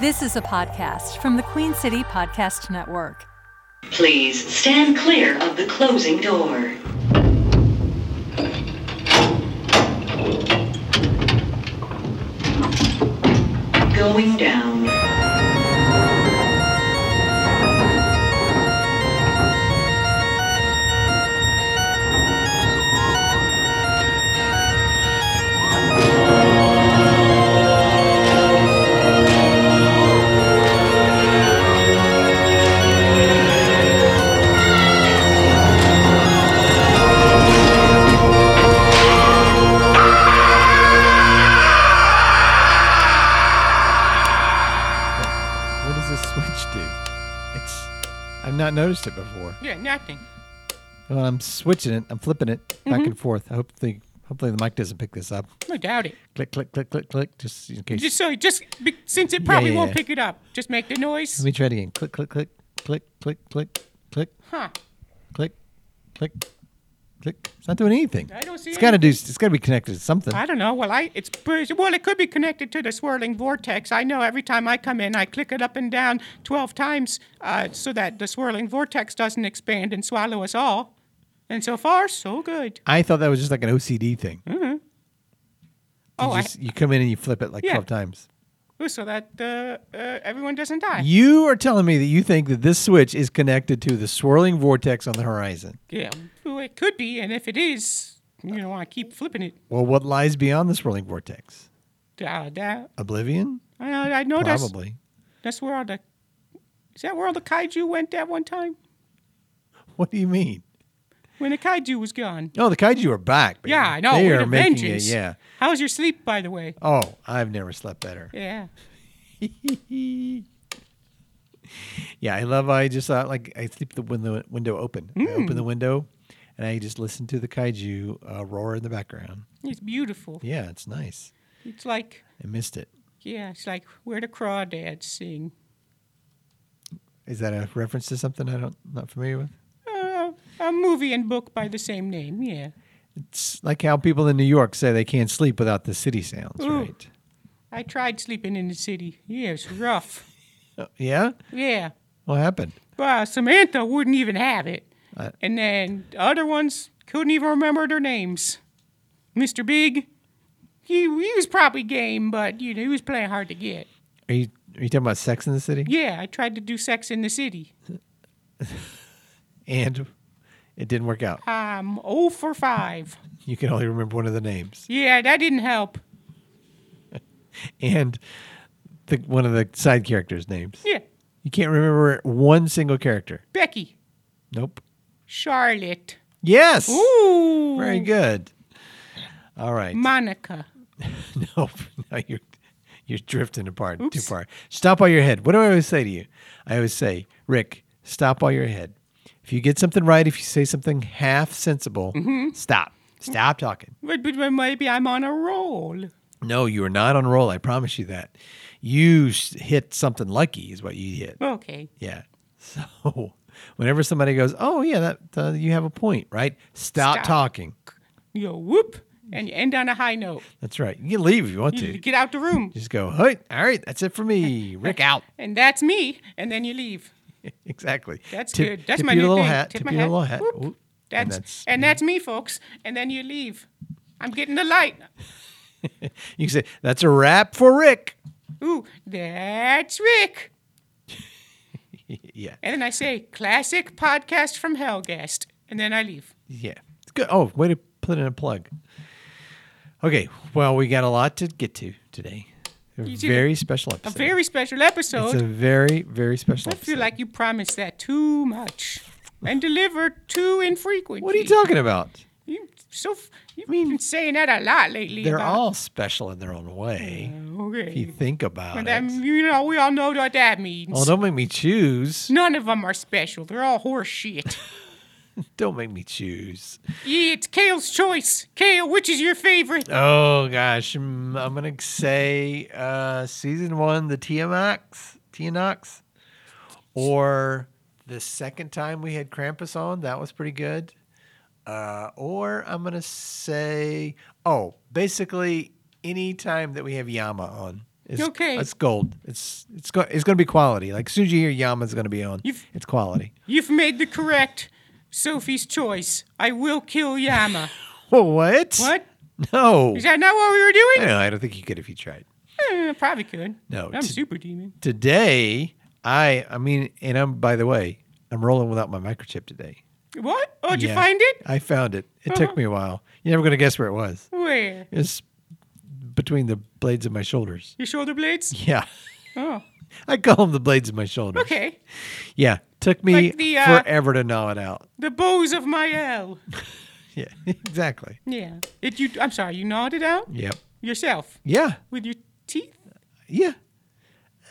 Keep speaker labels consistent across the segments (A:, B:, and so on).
A: This is a podcast from the Queen City Podcast Network.
B: Please stand clear of the closing door. Going down.
C: What does the switch do? It's I've not noticed it before.
D: Yeah, nothing.
C: Well, I'm switching it. I'm flipping it back
D: Mm-hmm.
C: and forth. I hope the hopefully the mic doesn't pick this up.
D: I doubt it.
C: Click, click, click, click, click. Just in case.
D: Just so, just be, since it probably
C: yeah,
D: won't
C: yeah.
D: pick it up, just make the noise.
C: Let me try it again. Click, click, click, click, click, click, click,
D: Huh?
C: click, click, click. It's not doing anything.
D: I don't see
C: It's got to do. It's got to be connected to something.
D: I don't know. Well, I it's pretty- well, it could be connected to the swirling vortex. I know every time I come in, I click it up and down twelve times uh, so that the swirling vortex doesn't expand and swallow us all. And so far, so good.
C: I thought that was just like an OCD thing. You
D: Mm-hmm. Oh, I,
C: just- you come in and you flip it like
D: Yeah.
C: twelve times.
D: ooh, so that uh, uh, everyone doesn't die.
C: You are telling me that you think that this switch is connected to the swirling vortex on the horizon.
D: yeah. Well, it could be, and if it is, you know, I keep flipping it.
C: Well, what lies beyond the swirling vortex?
D: Uh, that,
C: Oblivion?
D: I, I know that's
C: Probably.
D: That's where all the is that where all the kaiju went that one time
C: What do you mean?
D: when the kaiju was gone.
C: Oh, the kaiju are back. baby.
D: Yeah, I know.
C: They
D: with
C: are
D: a
C: making
D: vengeance.
C: it. Yeah.
D: How's your sleep, by the way?
C: Oh, I've never slept better.
D: Yeah.
C: Yeah, I love. I just uh, like I sleep the window window open. I
D: Hmm.
C: open the window, and I just listen to the kaiju uh, roar in the background.
D: It's beautiful.
C: Yeah, it's nice.
D: It's like
C: I missed it.
D: yeah, it's like where the crawdads sing.
C: Is that a reference to something I don't not familiar with?
D: Uh, a movie and book by the same name. Yeah.
C: It's like how people in New York say they can't sleep without the city sounds,
D: Ooh.
C: right?
D: I tried sleeping in the city. Yeah, it's rough.
C: Uh, yeah.
D: Yeah.
C: What happened?
D: Well, Samantha wouldn't even have it. and then the other ones couldn't even remember their names. Mr. Big, he, he was probably game, but you know, he was playing hard to get.
C: Are you are you talking about Sex in the City?
D: Yeah, I tried to do Sex in the City.
C: And it didn't work out.
D: I'm 0 for 5.
C: You can only remember one of the names.
D: Yeah, that didn't help.
C: and the, one of the side characters' names.
D: Yeah,
C: You can't remember one single character.
D: Becky,
C: Nope.
D: Charlotte.
C: Yes.
D: Ooh.
C: Very good. All right.
D: Monica.
C: nope. No, you're you're drifting apart too far. Stop while you're ahead. What do I always say to you? I always say, Rick, stop while you're ahead. If you get something right, if you say something half sensible, stop. Stop talking.
D: But, but but maybe I'm on a roll.
C: No, you are not on a roll. I promise you that. You s- hit something lucky, is what you hit.
D: Okay.
C: Yeah. So whenever somebody goes, "Oh yeah, that uh, you have a point, right?" Stop,
D: Stop.
C: talking.
D: You know, whoop, and you end on a high note.
C: That's right. You can leave if you want
D: You
C: to.
D: get out the room.
C: Just go. Hey, all right, that's it for me. Rick out.
D: and that's me, and then you leave.
C: exactly.
D: That's
C: Tip-
D: good. That's
C: tip
D: my
C: your
D: new
C: little
D: thing.
C: hat.
D: Tip
C: tip
D: my
C: your
D: hat.
C: little hat.
D: Whoop.
C: Ooh.
D: That's and that's, me, folks. And then you leave. I'm getting the light.
C: you can say that's a wrap for Rick.
D: Ooh, that's Rick.
C: Yeah,
D: And then I say, classic podcast from Hellgast. And then I leave.
C: yeah. It's good. Oh, way to put in a plug. Okay, well, we got a lot to get to today. A
D: You did a-
C: very special
D: A
C: episode.
D: very special
C: It's a
D: episode.
C: very, very special
D: I
C: episode.
D: feel like you promised that too much and delivered too infrequently.
C: what are you talking about?
D: You, so f- you've been saying that a lot lately.
C: They're
D: about- Mm.
C: all special in their own way. If you
D: okay.
C: think about
D: But
C: it.
D: then, you know, we all know what that means.
C: well, don't make me choose.
D: None of them are special. They're all horse shit.
C: Don't make me choose.
D: yeah, it's Kale's choice. Kale, which is your favorite?
C: Oh gosh, mm, I'm gonna say uh, season one, the TMX, TNOX, or the second time we had Krampus on. That was pretty good. Uh, or I'm gonna say, oh, basically any time that we have Yama on, It's,
D: Okay.
C: It's gold. It's it's go, it's going to be quality. Like as soon as you hear Yama's going to be on,
D: You've-
C: it's quality.
D: You've made the correct Sophie's choice. I will kill Yama.
C: Well, what?
D: what?
C: No.
D: Is that not what we were doing?
C: No, I don't think you could if you tried.
D: Eh, probably could.
C: No,
D: I'm
C: t-
D: super demon.
C: Today, I I mean, and I'm by the way, I'm rolling without my microchip today.
D: What? Oh, did you
C: Yeah,
D: find it? Uh-huh.
C: I found it. It took me a while. You're never going to guess where it was.
D: Where?
C: It's between the blades of my shoulders.
D: Your shoulder blades?
C: Yeah.
D: Oh,
C: I call them the blades of my shoulders.
D: okay.
C: Yeah. Took me
D: Like the, uh,
C: forever to gnaw it out.
D: The bows of my L.
C: Yeah. Exactly.
D: Yeah. It, you, I'm sorry, you gnawed it out
C: Yep.
D: yourself
C: Yeah.
D: with your teeth?
C: Yeah.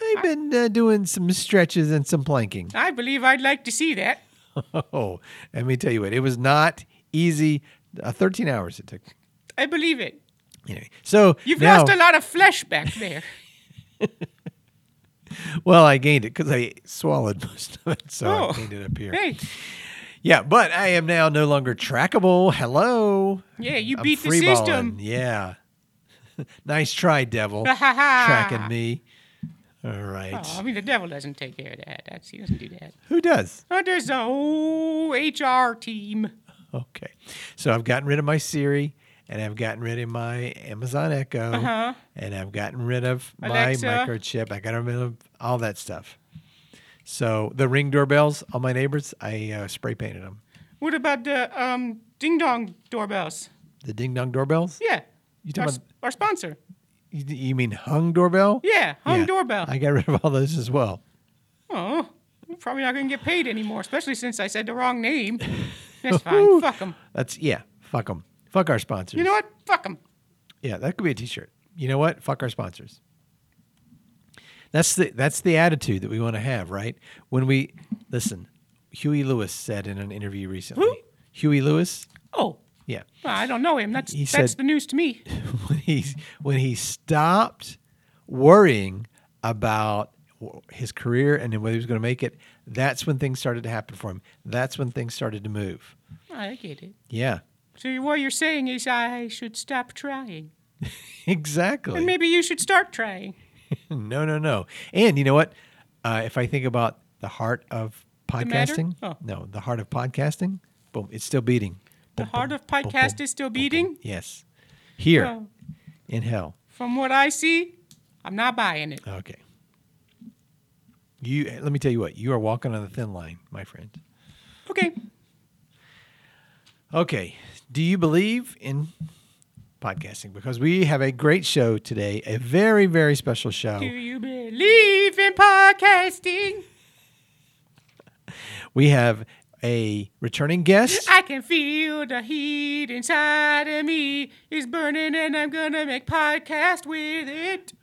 C: I've been uh, doing some stretches and some planking.
D: I believe I'd like to see that.
C: Oh, let me tell you what. It was not easy. Uh, 13 hours it took.
D: I believe it.
C: Anyway, so
D: You've
C: now,
D: lost a lot of flesh back there.
C: Well, I gained it because I swallowed most of it, so
D: Oh.
C: I gained it up here.
D: hey,
C: Yeah, but I am now no longer trackable. Hello.
D: yeah, you
C: I'm
D: beat the
C: freeballing.
D: system.
C: Yeah. nice try, devil.
D: Ha ha ha.
C: Tracking me. All right.
D: Oh, I mean, the devil doesn't take care of that. That's, he doesn't do that.
C: Who does?
D: Oh, there's the whole HR team.
C: Okay. So I've gotten rid of my Siri and I've gotten rid of my Amazon Echo
D: Uh-huh.
C: and I've gotten rid of
D: Alexa.
C: my microchip. I got rid of all that stuff. So the ring doorbells, all my neighbors, I uh, spray painted them.
D: What about the um, ding dong doorbells?
C: The ding dong doorbells?
D: Yeah.
C: You
D: Our,
C: talking
D: s- our sponsor.
C: You, you mean hung doorbell?
D: Yeah, home
C: Yeah,
D: doorbell.
C: I got rid of all those as well.
D: oh, I'm probably not going to get paid anymore, especially since I said the wrong name. That's fine. Fuck them.
C: That's yeah. Fuck them. Fuck our sponsors.
D: You know what? Fuck them.
C: Yeah, that could be a T-shirt. You know what? Fuck our sponsors. That's the that's the attitude that we want to have, right? When we listen, Huey Lewis said in an interview recently.
D: Who?
C: Huey Lewis.
D: Oh,
C: Yeah.
D: well, I don't know him. That's,
C: He
D: that's
C: said-
D: the news to me.
C: when he when he stopped worrying about w- his career and then whether he was going to make it, that's when things started to happen for him. That's when things started to move.
D: I get it.
C: Yeah,
D: So you- what you're saying is I should stop trying.
C: exactly.
D: And maybe you should start trying.
C: No, no, no. And you know what? Uh, if I think about the heart of
D: matter?
C: podcasting,
D: Oh.
C: no, the heart of podcasting, boom, it's still beating.
D: The
C: Boom,
D: heart
C: boom,
D: of
C: boom, boom,
D: podcast is still beating.
C: Yes. Here
D: Oh.
C: in hell.
D: From what I see, I'm not buying it.
C: Okay. You let me tell you what, you are walking on a thin line, my friend.
D: Okay.
C: Okay. Do you believe in podcasting? Because we have a great show today, a very, very special show.
D: Do you believe in podcasting?
C: We have a returning guest.
D: I can feel the heat inside of me is burning, and I'm gonna make podcast with it.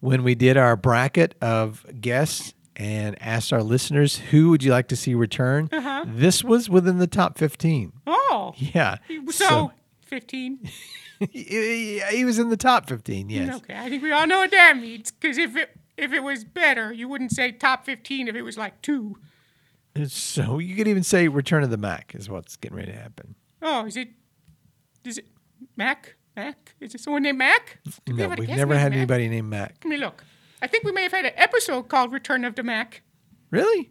C: when we did our bracket of guests and asked our listeners who would you like to see return
D: Uh-huh.
C: this was within the top 15
D: Oh,
C: yeah
D: so, 15.
C: he, he was in the top 15 yes
D: Okay, I think we all know what that means. Because if it if it was better, you wouldn't say top 15 if it was like two.
C: so you could even say return of the mac is what's getting ready to happen
D: Oh, is it? Is it Mac? Mac? Is it someone named Mac? Did we
C: no
D: have a
C: we've
D: guest
C: never
D: named
C: had
D: Mac?
C: anybody named mac
D: Let me look. I think we may have had an episode called Return of the Mac.
C: really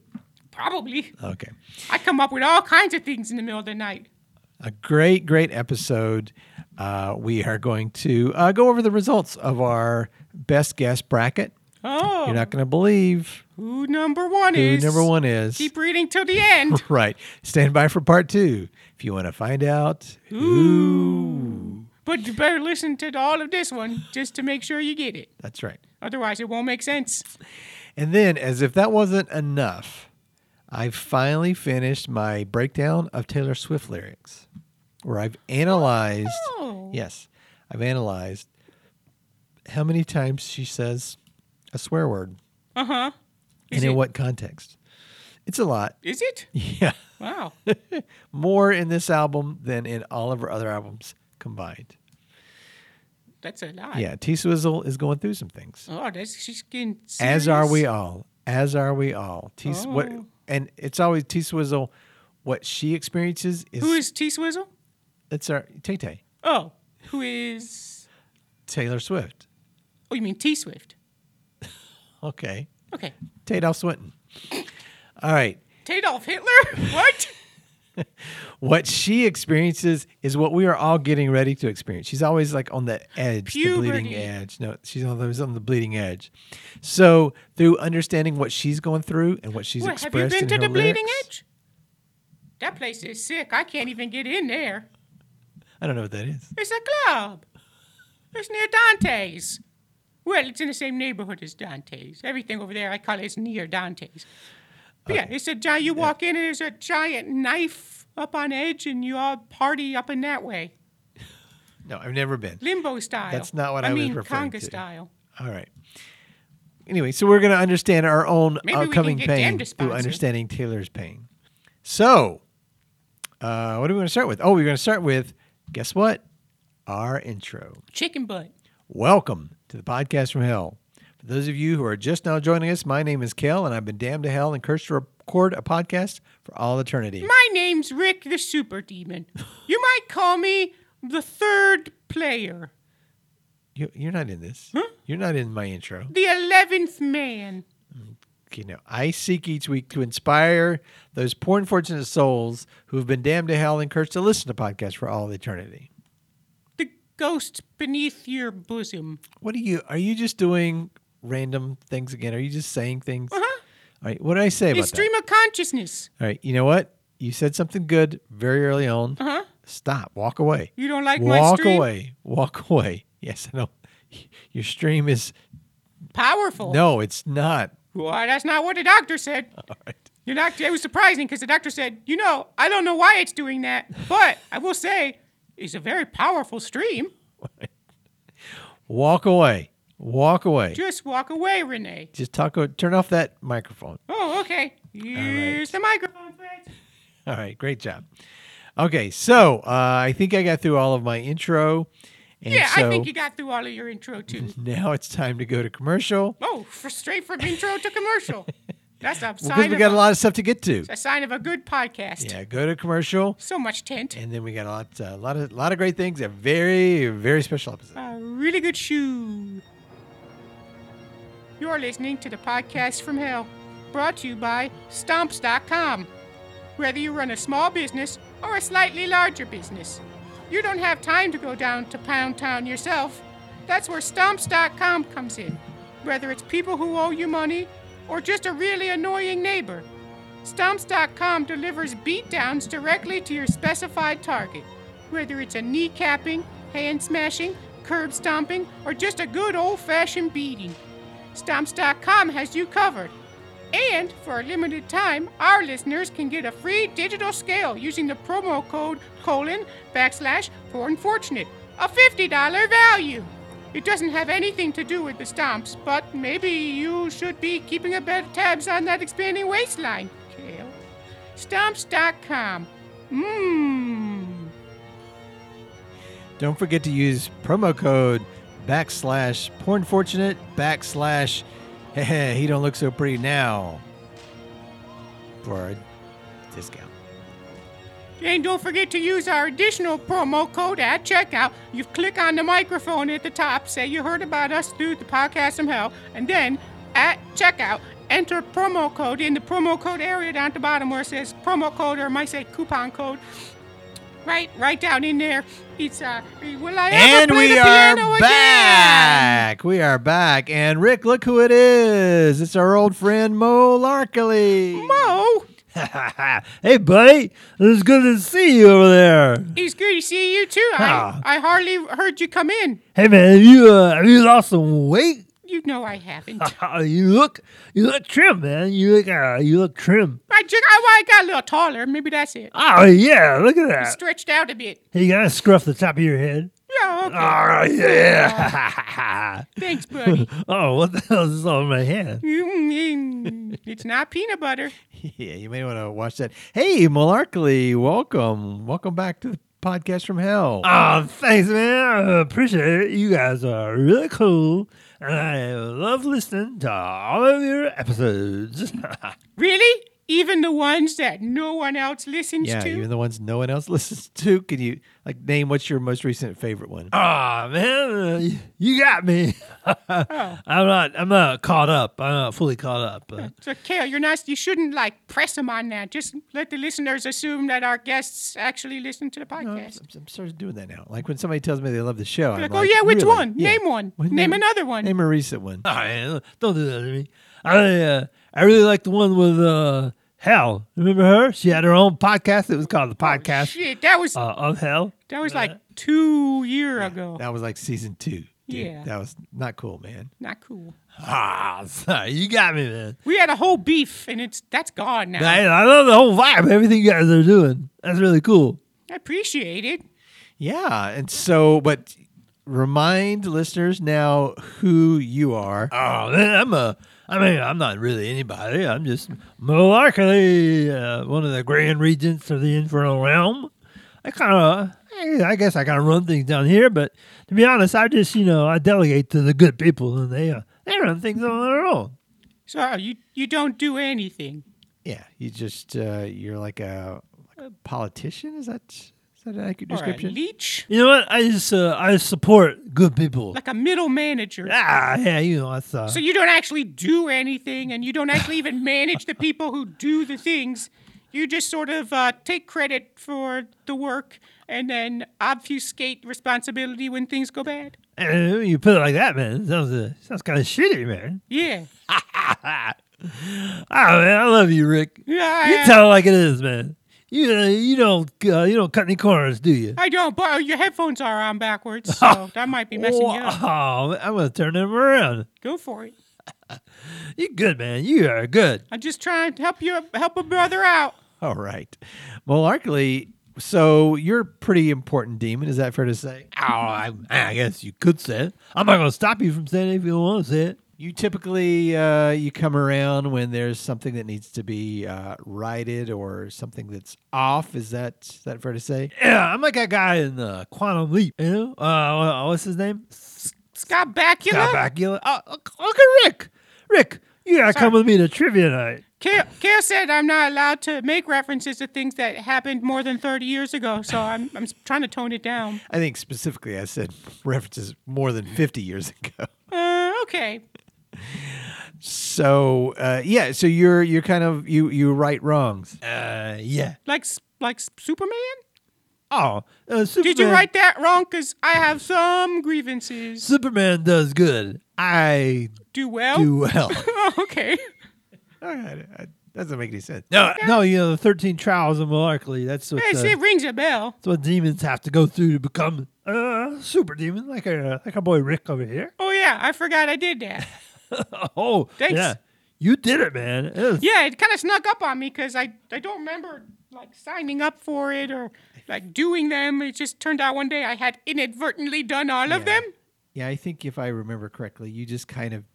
D: Probably.
C: okay
D: I come up with all kinds of things in the middle of the night.
C: a great, great episode. Uh, we are going to uh, go over the results of our best guess bracket.
D: Oh,
C: You're not going to believe
D: who number one
C: who
D: is?
C: number one is.
D: Keep reading till the end.
C: Right. Stand by for part two if you want to find out.
D: but you better listen to all of this one just to make sure you get it.
C: That's right.
D: Otherwise, it won't make sense.
C: And then, as if that wasn't enough, I finally finished my breakdown of Taylor Swift lyrics, where I've analyzed.
D: Oh.
C: Yes, I've analyzed how many times she says a swear word
D: Uh huh.
C: and in what context. It's a lot.
D: Is it?
C: Yeah.
D: Wow.
C: More in this album than in all of her other albums combined.
D: That's a lot.
C: Yeah, T Swizzle is going through some things.
D: Oh, that's she's getting.
C: As are we
D: serious.
C: all. As are we all. T what
D: Oh.
C: and it's always T Swizzle. What she experiences is
D: Who is T Swizzle?
C: it's our Tay Tay
D: Oh, who is?
C: Taylor Swift.
D: Oh, you mean T Swift?
C: Okay.
D: Okay.
C: Tadolf Swinton. All right.
D: Adolf Hitler? What?
C: What she experiences is what we are all getting ready to experience. She's always like on the edge, the bleeding
D: Puberty.
C: edge. No, she's always on the bleeding edge. So through understanding what she's going through and what she's
D: What, have you
C: expressed
D: been
C: in
D: to
C: her
D: the bleeding
C: lyrics-
D: edge? That place is sick. I can't even get in there.
C: I don't know what that is.
D: It's a club. It's near Dante's. Well, it's in the same neighborhood as Dante's. Everything over there, I call it, is near Dante's. But
C: Uh,
D: yeah, it's a giant. You walk in, and there's a giant knife up on edge, and you all party up in that way,
C: No, I've never been.
D: limbo style.
C: That's not what I was
D: mean,
C: referring
D: conga
C: to.
D: style.
C: All right. Anyway, so we're going to understand our own
D: Maybe we can
C: upcoming
D: get them
C: pain
D: to
C: through
D: sponsor.
C: understanding Taylor's pain. So, uh, what are we going to start with? Oh, we're going to start with guess what? Our intro.
D: Chicken butt.
C: Welcome to the podcast from hell. For those of you who are just now joining us, my name is Kel, and I've been damned to hell and cursed to record a podcast for all eternity.
D: My name's Rick the Super Demon. You might call me the third player,
C: You, you're not in this. You're not in my intro.
D: the eleventh man.
C: You know, I seek each week to inspire those poor unfortunate souls who have been damned to hell and cursed to listen to podcasts for all eternity.
D: the ghost beneath your bosom.
C: What are you? Are you just doing random things again? Are you just saying things?
D: Uh-huh.
C: All right. What did I say about
D: It's
C: that?
D: stream of consciousness.
C: All right. You know what? You said something good very early on.
D: Uh-huh.
C: Stop. Walk away.
D: You don't like my
C: Walk
D: stream?
C: away. Walk away. Yes, I know. Your stream is
D: Powerful.
C: no, it's not.
D: Why, that's not what the doctor said.
C: All right.
D: The doctor, it was surprising because the doctor said, you know, I don't know why it's doing that, but I will say it's a very powerful stream.
C: Walk away. Walk away.
D: Just walk away, Renee.
C: Just talk. o- Turn off that microphone.
D: Oh, okay. Here's the microphone, friends.
C: All right, great job. Okay, so uh, I think I got through all of my intro, and
D: Yeah,
C: so
D: I think you got through all of your intro, too.
C: now it's time to go to commercial
D: oh, for straight from intro to commercial. That's a
C: because
D: sign,
C: we
D: of
C: got
D: a,
C: a lot of stuff to get to.
D: a sign of a good podcast.
C: Yeah, go to commercial,
D: So much tent.
C: and then we got a lot, a lot of, lot of great things. A very, very special episode.
D: a really good shoe. You're listening to the podcast from hell, brought to you by Stomps.com. Whether you run a small business or a slightly larger business, you don't have time to go down to Pound Town yourself. That's where Stomps.com comes in. Whether it's people who owe you money or just a really annoying neighbor, Stomps.com delivers beatdowns directly to your specified target. Whether it's a kneecapping, hand smashing, curb stomping, or just a good old fashioned beating, Stomps.com has you covered. And for a limited time, our listeners can get a free digital scale using the promo code colon backslash for unfortunate, a $50 value. It doesn't have anything to do with the stomps, but maybe you should be keeping a better tabs on that expanding waistline, Kale. Stomps.com. Mmm.
C: Don't forget to use promo code backslash pornfortunate backslash hey, he don't look so pretty now for a discount.
D: And don't forget to use our additional promo code at checkout. You click on the microphone at the top, say you heard about us through the podcast somehow, and then at checkout, enter promo code in the promo code area down at the bottom where it says promo code or it might say coupon code. Right, right down in there. It's uh, will I ever
C: And
D: play
C: we
D: the
C: are
D: piano again?
C: back. We are back. And Rick, look who it is. It's our old friend Mo Larkley.
D: Mo,
C: hey, buddy. It's good to see you over there.
D: it's good to see you too.
C: Ah.
D: I, I hardly heard you come in.
E: Hey man, have you uh, have you lost some weight? Uh,
D: You know I haven't.
C: Ah.
E: you look you look trim, man. You look uh, you look trim.
D: I just I, I got a little taller. Maybe that's it.
E: Oh yeah, look at
C: Uh,
E: that.
D: Stretched out a bit.
E: You gotta scruff the top of your head.
D: Yeah, okay.
C: Ah.
E: Oh yeah.
D: Thanks, buddy.
E: oh, what the hell is this on my hand?
D: Mm, it's not peanut butter.
C: Yeah, you may want to watch that. Hey, Mo Larkley, welcome. Welcome back to the podcast from hell.
E: Oh, thanks, man. I appreciate it. You guys are really cool, and I love listening to all of your episodes.
D: Really? even the ones that no one else listens
C: Yeah,
D: to.
C: even the ones no one else listens to. Can you like name what's your most recent favorite one?
E: Ah man, uh, you- you got me. I'm not. I'm not caught up. I'm not fully caught up. But
D: so, Kale, you're not. You shouldn't like press them on that. Just let the listeners assume that our guests actually listen to the podcast.
C: I'm, I'm starting doing that now. Like when somebody tells me they love the show, I'm
D: Like,
C: like,
D: oh, yeah, which
C: "Really?"
D: one?
C: Yeah.
D: Name one.
C: Well,
D: Name another one.
C: Name a recent one.
E: Ah, man, don't do that to me. I uh, I really like the one with uh, Hell. Remember her? She had her own podcast. It was called the Podcast
D: Shit, that was
E: uh, of Hell.
D: that was like two year ago.
C: That was like season two. dude.
D: Oh. Yeah.
C: that was not cool, man.
D: Not cool.
E: Ah, sorry, you got me, man.
D: We had a whole beef, and it's that's gone now.
E: I, I love the whole vibe. Everything you guys are doing. That's really cool.
D: I appreciate it.
C: Yeah, and so, but remind listeners now who you are.
E: Oh man, I'm a. I mean, I'm not really anybody. I'm just malarkey, uh, one of the grand regents of the infernal realm. I kind of, I I guess I kind of run things down here, but to be honest, I just you know I delegate to the good people, and they uh, they run things on their own.
D: So you you don't do anything.
C: Yeah, you just uh, you're like a, like a politician. Is that is that an accurate
D: Or a
C: description?
D: leech,
E: You know what? I just uh, I support good people.
D: like a middle manager.
E: ah, yeah, you know that's uh,
D: So you don't actually do anything, and you don't actually even manage the people who do the things. You just sort of uh, take credit for the work and then obfuscate responsibility when things go bad.
E: eh, you put it like that, man. Sounds uh, sounds kind of shitty, man.
D: Yeah.
E: Ah, man, I love you, Rick.
D: Yeah,
E: You
D: I-
E: tell it like it is, man. You uh, you don't uh, you don't cut any corners, do you?
D: I don't, but your headphones are on backwards,
E: Oh.
D: so that might be messing you up.
E: Wow, Oh, I'm gonna turn them around.
D: Go for it.
E: You good, man. You are good.
D: I'm just trying to help you help a brother out.
C: All right, malarkey. So you're a pretty important demon. Is that fair to say?
E: Oh, I, I guess you could say it. I'm not gonna stop you from saying it if you don't want to say it.
C: You typically uh, you come around when there's something that needs to be uh, righted or something that's off. Is that is that fair to say?
E: Yeah, I'm like that guy in uh, Quantum Leap. You know, uh, wha- what's his name?
D: Scott Bakula.
E: Scott Bakula. Oh, look look at Rick. Rick, you gotta come with me to trivia night.
D: Kale, Kale said I'm not allowed to make references to things that happened more than 30 years ago, so I'm, I'm trying to tone it down.
C: I think specifically, I said references more than 50 years ago.
D: Uh, okay.
C: So uh, yeah, so you're you're kind of you you right wrongs.
E: Uh, yeah.
D: Like s- like s- Superman?
E: Oh, uh, Superman.
D: Did you write that wrong? Because I have some grievances.
E: Superman does good. I
D: Do well?
E: do well.
D: Oh, okay.
C: All right, I- that doesn't make any sense.
E: No, no, you know the thirteen trials of Malarkey. That's what
D: Hey,
E: uh,
D: see, it rings a bell.
E: that's what demons have to go through to become a super demon, like our like our boy Rick over here.
D: Oh, yeah, I forgot I did that.
E: Oh,
D: Thanks.
E: yeah, you did it, man. It was-
D: Yeah, it kind of snuck up on me because I, I don't remember like signing up for it or like doing them. It just turned out one day I had inadvertently done all of
C: Yeah.
D: them.
C: Yeah, I think if I remember correctly, you just kind of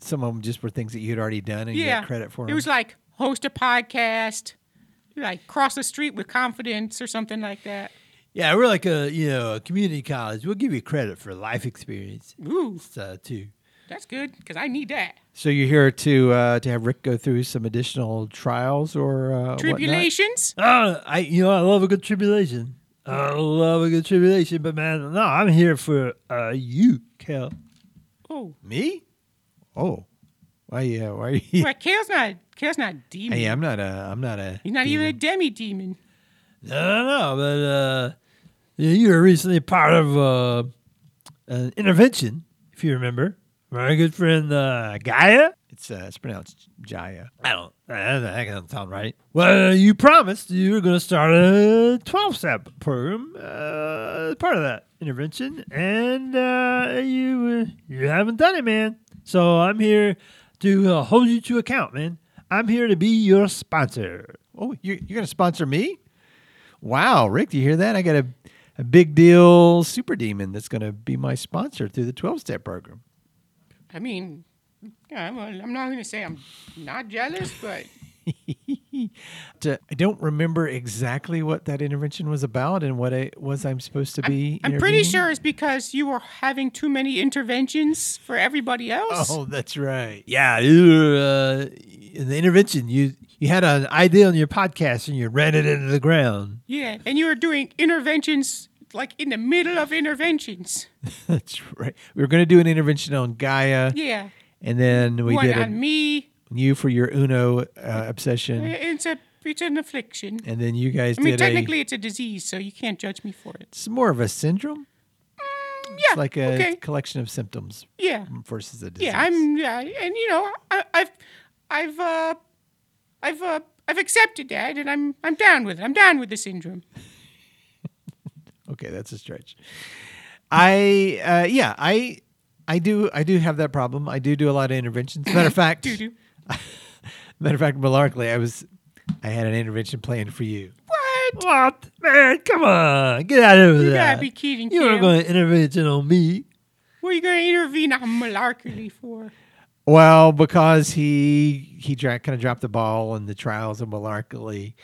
C: some of them just were things that you had already done and you
D: Yeah.
C: got credit for.
D: It was like host a podcast, like cross the street with confidence or something like that.
E: yeah, we're like a you know a community college. We'll give you credit for life experience
D: Ooh,
E: uh, too.
D: that's good because I need that.
C: so you're here to uh, to have Rick go through some additional trials or uh, whatnot?
D: Tribulations?
E: Oh, I you know I love a good tribulation. I love a good tribulation, but man, no, I'm here for uh, you, Kel.
D: Oh,
C: Me? Oh, why? Yeah, why? Are you,
D: well, Kale's not Kale's not a demon.
C: Hey, I'm not a. I'm not a.
D: He's not even a demi demon.
E: No, no, no. But uh, you- you were recently part of uh, an intervention, if you remember. My good friend uh, Gaia.
C: It's uh, it's pronounced Jaya.
E: I don't. I that doesn't sound right. Well, you promised you were going to start a twelve-step program uh, as part of that intervention, and uh, you uh, you haven't done it, man. So I'm here to uh, hold you to account, man. I'm here to be your sponsor.
C: Oh, you're, you're going to sponsor me? Wow, Rick, do you hear that? I got a, a big deal super demon that's going to be my sponsor through the 12 step program.
D: I mean, yeah, I'm, I'm not going to say I'm not jealous, but
C: To- I don't remember exactly what that intervention was about and what it was I'm supposed to be.
D: I'm pretty
C: intervening.
D: sure it's because you were having too many interventions for everybody else.
C: Oh, that's right.
E: Yeah, you were, uh, in the intervention, you you had an idea on your podcast and you ran it into the ground.
D: Yeah, and you were doing interventions like in the middle of interventions.
C: That's right. We were going to do an intervention on Gaia,
D: Yeah,
C: and then we
D: one
C: did
D: on
C: a,
D: me.
C: you for your Uno uh, obsession,
D: It's a it's an affliction.
C: and then you guys
D: I mean,
C: did
D: technically, it's a disease, so you can't judge me for
C: a.
D: it.
C: It's more of a syndrome.
D: Yeah,
C: It's like a
D: okay.
C: collection of symptoms
D: Yeah,
C: versus a disease.
D: yeah. I'm yeah, and you know, I, I've, I've, uh, I've, uh, I've accepted that, and I'm I'm down with it. I'm down with the syndrome.
C: Okay, that's a stretch. I uh, yeah, I I do I do have that problem. I do do a lot of interventions. Matter of fact,
D: Doo-doo.
C: matter of fact, malarkey, I was I had an intervention planned for you.
D: What?
E: What? Man, come on. Get out of
D: You
E: that.
D: gotta be kidding,
E: You were
D: Cam.
E: going to intervention on me.
D: What are you gonna intervene on malarkey for?
C: Well, because he he dra- kind of dropped the ball on the trials of malarkey.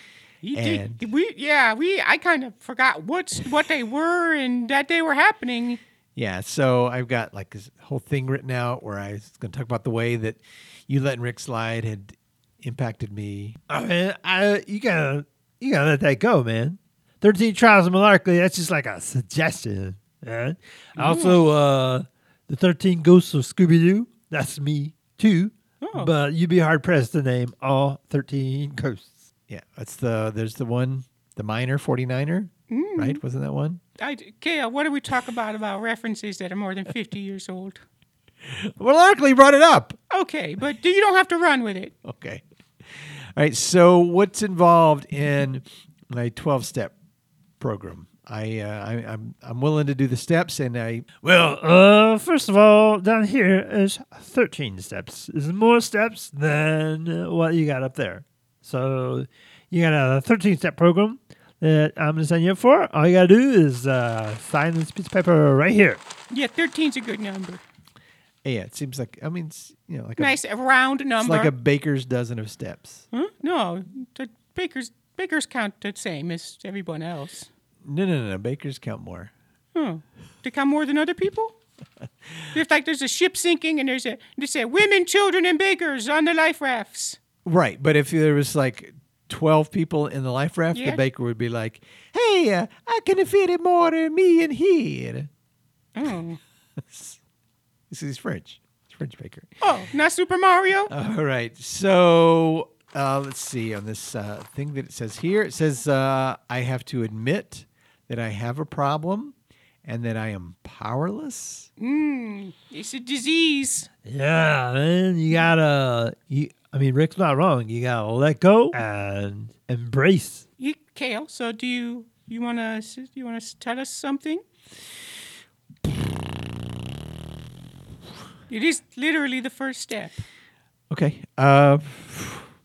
D: He
C: And-
D: did. We yeah we I kind of forgot what's what they were and that they were happening.
C: Yeah, so I've got like this whole thing written out where I was going to talk about the way that you letting Rick slide had impacted me.
E: I mean, I, you gotta you gotta let that go, man. Thirteen trials of malarkey. That's just like a suggestion. Man. Also, uh, the thirteen ghosts of Scooby Doo. That's me too. But you'd be hard pressed to name all thirteen ghosts.
C: Yeah, that's the there's the one the minor 49er, right? Wasn't that one?
D: I, Kale, what do we talk about about references that are more than 50 years old?
C: Well, Malarkey brought it up.
D: Okay, but do- you don't have to run with it.
C: Okay. All right. So, what's involved in my twelve-step program? I, uh, I I'm I'm willing to do the steps, and I
E: Well, uh, first of all, down here is thirteen steps. Is more steps than uh, what you got up there. So you got a thirteen step program that I'm gonna sign you up for. All you gotta do is uh, sign this piece of paper right here.
D: Yeah, 13's a good number.
C: yeah, it seems like I mean, it's, you know, like a,
D: Nice a round
C: it's
D: number.
C: like a baker's dozen of steps.
D: Huh? No, the bakers bakers count the same as everyone else.
C: No, no, no, no. Bakers count more.
D: Huh. They count more than other people? If like there's a ship sinking and there's a they say women, children, and bakers on the life rafts.
C: Right, but if there was like twelve people in the life raft,
D: Yeah.
C: the baker would be like, "Hey, uh, I can fit it more than me in here."
D: Oh,
C: This is French. It's French baker.
D: oh not Super Mario.
C: All right. So uh, let's see on this uh, thing that it says here. It says uh, I have to admit that I have a problem and that I am powerless.
D: It's a disease.
E: Yeah, man, you gotta. You, I mean, Rick's not wrong. You gotta let go and embrace.
D: You, Kale. So do you you wanna s- you wanna s- tell us something? It is literally the first step.
C: Okay. Uh,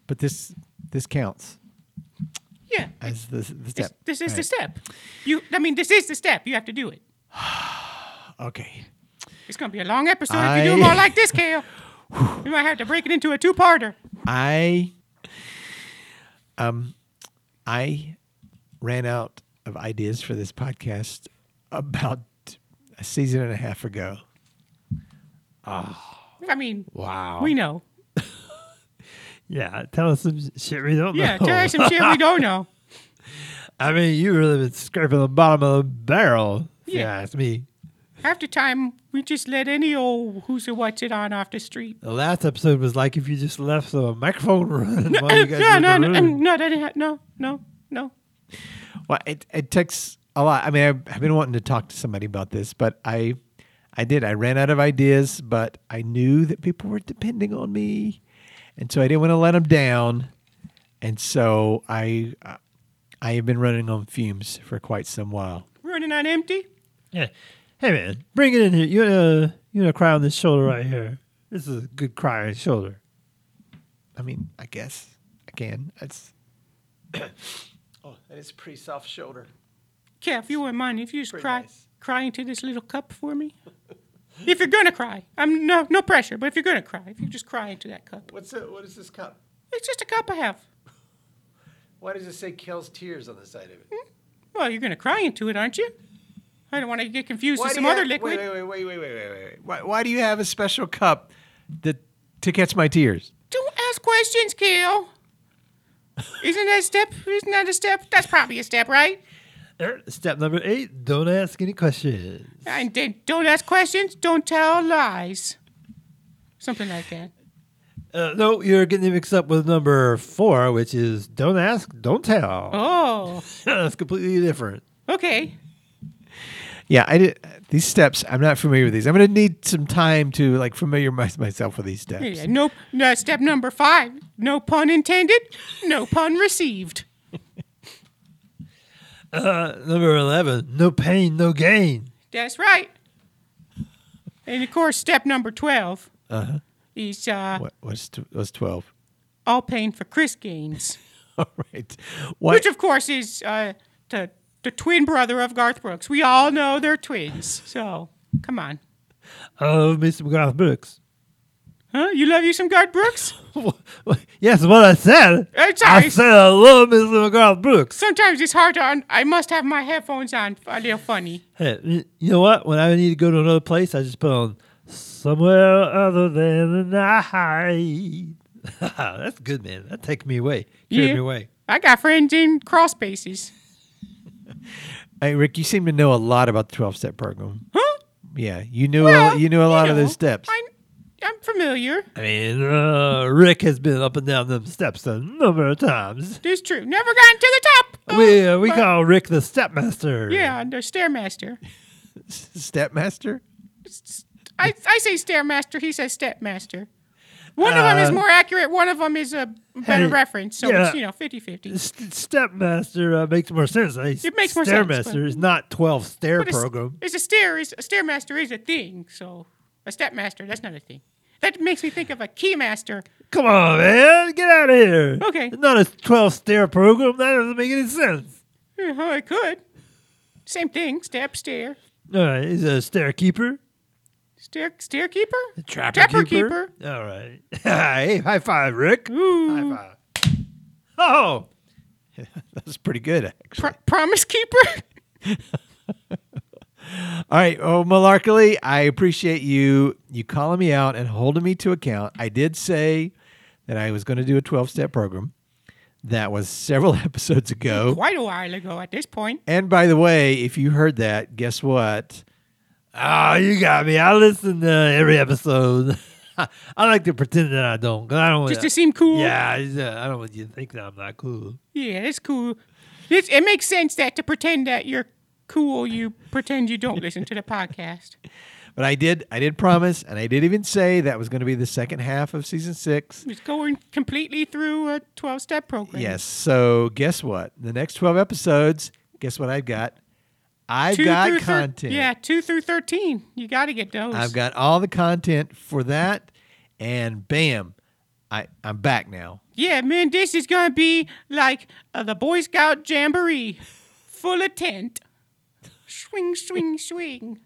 C: but this this counts
D: Yeah,
C: as the, the
D: this,
C: step.
D: this is
C: All
D: the step. You, I mean, this is the step. You have to do it.
C: right. Okay.
D: It's gonna be a long episode if you do
C: I-
D: them all like this, Kale. You might have to break it into a two-parter.
C: I um I ran out of ideas for this podcast about a season and a half ago.
D: I mean,
E: Wow.
D: we know.
E: Yeah, tell us some shit we don't
D: Yeah,
E: know.
D: tell us some shit we don't know.
E: I mean, you really been scraping the bottom of the barrel. If You
D: Yeah.
E: ask me.
D: Half the time, we just let any old who's a what's it on off the street.
E: The last episode was like if you just left the microphone running while you guys were
D: No,
E: in
D: no,
E: the
D: no,
E: room.
D: no, that didn't ha- no, no, no.
C: Well, it, it takes a lot. I mean, I've, I've been wanting to talk to somebody about this, but I, I did. I ran out of ideas, but I knew that people were depending on me, and so I didn't want to let them down, and so I, I have been running on fumes for quite some while.
D: Running on empty?
E: Yeah. Hey man, bring it in here. You gonna you gonna cry on this shoulder right here. This is a good cry on your shoulder.
C: I mean, I guess I can. It's oh, that is a pretty soft shoulder.
D: Yeah, if you wouldn't mind, if you just
C: Pretty
D: cry,
C: nice.
D: cry into this little cup for me. if you're gonna cry, I'm no no pressure, but if you're gonna cry, if you just cry into that cup,
C: What's it, what is this cup?
D: it's just a cup I have.
C: Why does it say Kel's tears on the side of it?
D: Well, you're gonna cry into it, aren't you? I don't want to get confused with
C: do
D: some
C: you
D: other
C: have-
D: liquid.
C: Wait, wait, wait, wait, wait, wait, wait, wait. Why, why do you have a special cup that to catch my tears?
D: Don't ask questions, Kale. Isn't that a step? Isn't that a step? That's probably a step, right?
E: Er, Step number eight: Don't ask any questions.
D: And then don't ask questions, don't tell lies. Something like that.
E: Uh, no, you're getting it mixed up with number four, which is don't ask, don't tell.
D: Oh,
E: That's completely different.
D: okay.
C: Yeah, I did these steps. I'm not familiar with these. I'm going to need some time to like familiarize myself with these steps.
D: Yeah, no, no, step number five. No pun intended, no pun received.
E: Uh, number eleven: No pain, no gain.
D: That's right. And of course, step number 12 is uh,
C: Uh-huh. What was was twelve?
D: all pain for Chris Gaines,
C: All right. What?
D: which of course is uh, the, the twin brother of Garth Brooks. We all know they're twins. So come on.
E: I love me some Garth Brooks.
D: Huh? You love you some Garth Brooks?
E: yes, what I said.
D: Uh, sorry.
E: I said I love me some Garth Brooks.
D: Sometimes it's hard to. Un- I must have my headphones on. A little funny.
E: Hey, y- you know what? When I need to go to another place, I just put on somewhere other than the night. That's good, man. That takes me away. Carried
D: Yeah.
E: me away.
D: I got friends in cross spaces.
C: Hey, Rick, you seem to know a lot about the twelve step program.
D: Huh?
C: Yeah, you knew
D: Well,
C: a, you knew a lot of
D: know,
C: those steps.
D: I'm, I'm familiar.
E: I mean, uh, Rick has been up and down them steps a number of times.
D: This is true. Never gotten to the top. Oh,
E: We uh, we
D: but-
E: call Rick the stepmaster.
D: Yeah, the stairmaster.
C: Stepmaster.
D: I, I say stairmaster. He says stepmaster. One of them is
E: Uh,
D: more accurate. One of them is a better
E: hey,
D: reference. So
E: yeah.
D: it's you know 50-50.
E: S- stepmaster uh, makes more sense.
D: It makes more sense,
E: stairmaster
D: but-
E: is not twelve stair
D: But a s-
E: program.
D: It's a stair. Is a stairmaster is a thing. So a stepmaster that's not a thing. That makes me think of a keymaster.
E: Come on, man, get out of here.
D: Okay.
E: It's not a twelve stair program. That doesn't make any sense.
D: Eh, Oh, I could. Same thing. Step stair.
E: All right, he's a stair keeper,
D: Stair stair keeper.
E: trapper
D: Trapper
E: keeper. All right, hey, high five, Rick. High five. Oh,
C: That's pretty good, actually.
D: Pro- promise keeper.
C: All right, oh Malarkey, I appreciate you you calling me out and holding me to account. I did say that I was going to do a twelve step program. That was several episodes
E: Oh.
C: ago.
D: Quite a while ago at this point.
C: And by the way, if you heard that, guess what?
E: Oh, you got me. I listen to every episode. I like to pretend that I don't. 'cause I don't
D: Just
E: wanna-
D: to seem cool.
E: Yeah, I just, uh, I don't want you to think that I'm not cool.
D: Yeah, that's cool. It's, it makes sense that to pretend that you're cool, you pretend you don't listen to the podcast.
C: But I did I did promise and I did even say that was going to be the second half of season 6.
D: It's going completely through a 12 step program.
C: Yes. So, guess what? The next 12 episodes, guess what I've got? I've
D: Two
C: got
D: through thir-
C: content.
D: yeah, 2 through 13. You got to get those.
C: I've got all the content for that, and bam, I I'm back now.
D: yeah, man, this is going to be like uh, the Boy Scout Jamboree, full of tent. Swing, swing, swing.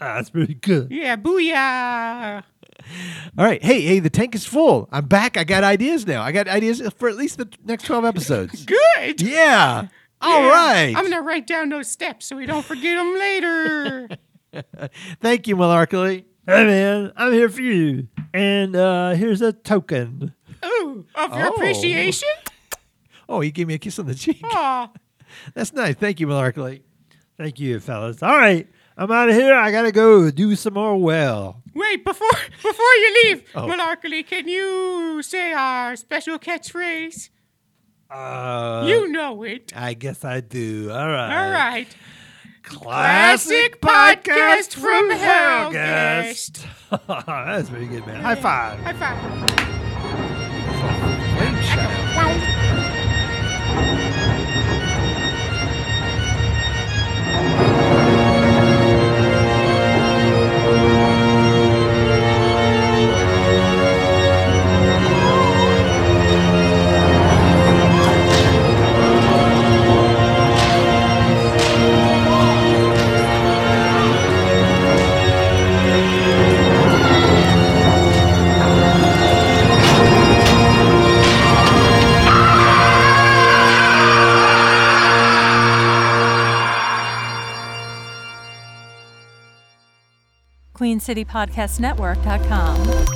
E: Ah, that's pretty good.
D: Yeah, booyah.
C: All right, hey hey, the tank is full. I'm back. I got ideas now. I got ideas for at least the next twelve episodes.
D: Good.
C: yeah. All
D: Yeah.
C: right.
D: I'm going to write down those steps so we don't forget them later.
C: Thank you, Malarkey.
E: Hey, man, I'm here for you. And uh, here's a token.
D: Ooh, of your
C: Oh.
D: appreciation?
C: Oh, he gave me a kiss on the cheek.
D: Aw.
C: That's nice. Thank you, Malarkey.
E: Thank you, fellas. All right, I'm out of here. I got to go do some more well.
D: Wait, before before you leave,
C: Oh.
D: Malarkey, can you say our special catchphrase?
E: Uh,
D: you know it.
E: I guess I do. All right.
D: All right. Classic
E: Classic, podcast
D: podcast
E: from
D: from
E: Hellgast. that's pretty good, man. High five.
D: High five.
C: Flame shot.
A: QueenCityPodcastNetwork.com.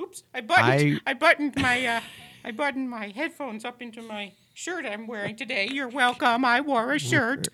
D: Oops. I buttoned. I, buttoned my. Uh, I buttoned my headphones up into my shirt I'm wearing today. You're welcome. I wore a shirt.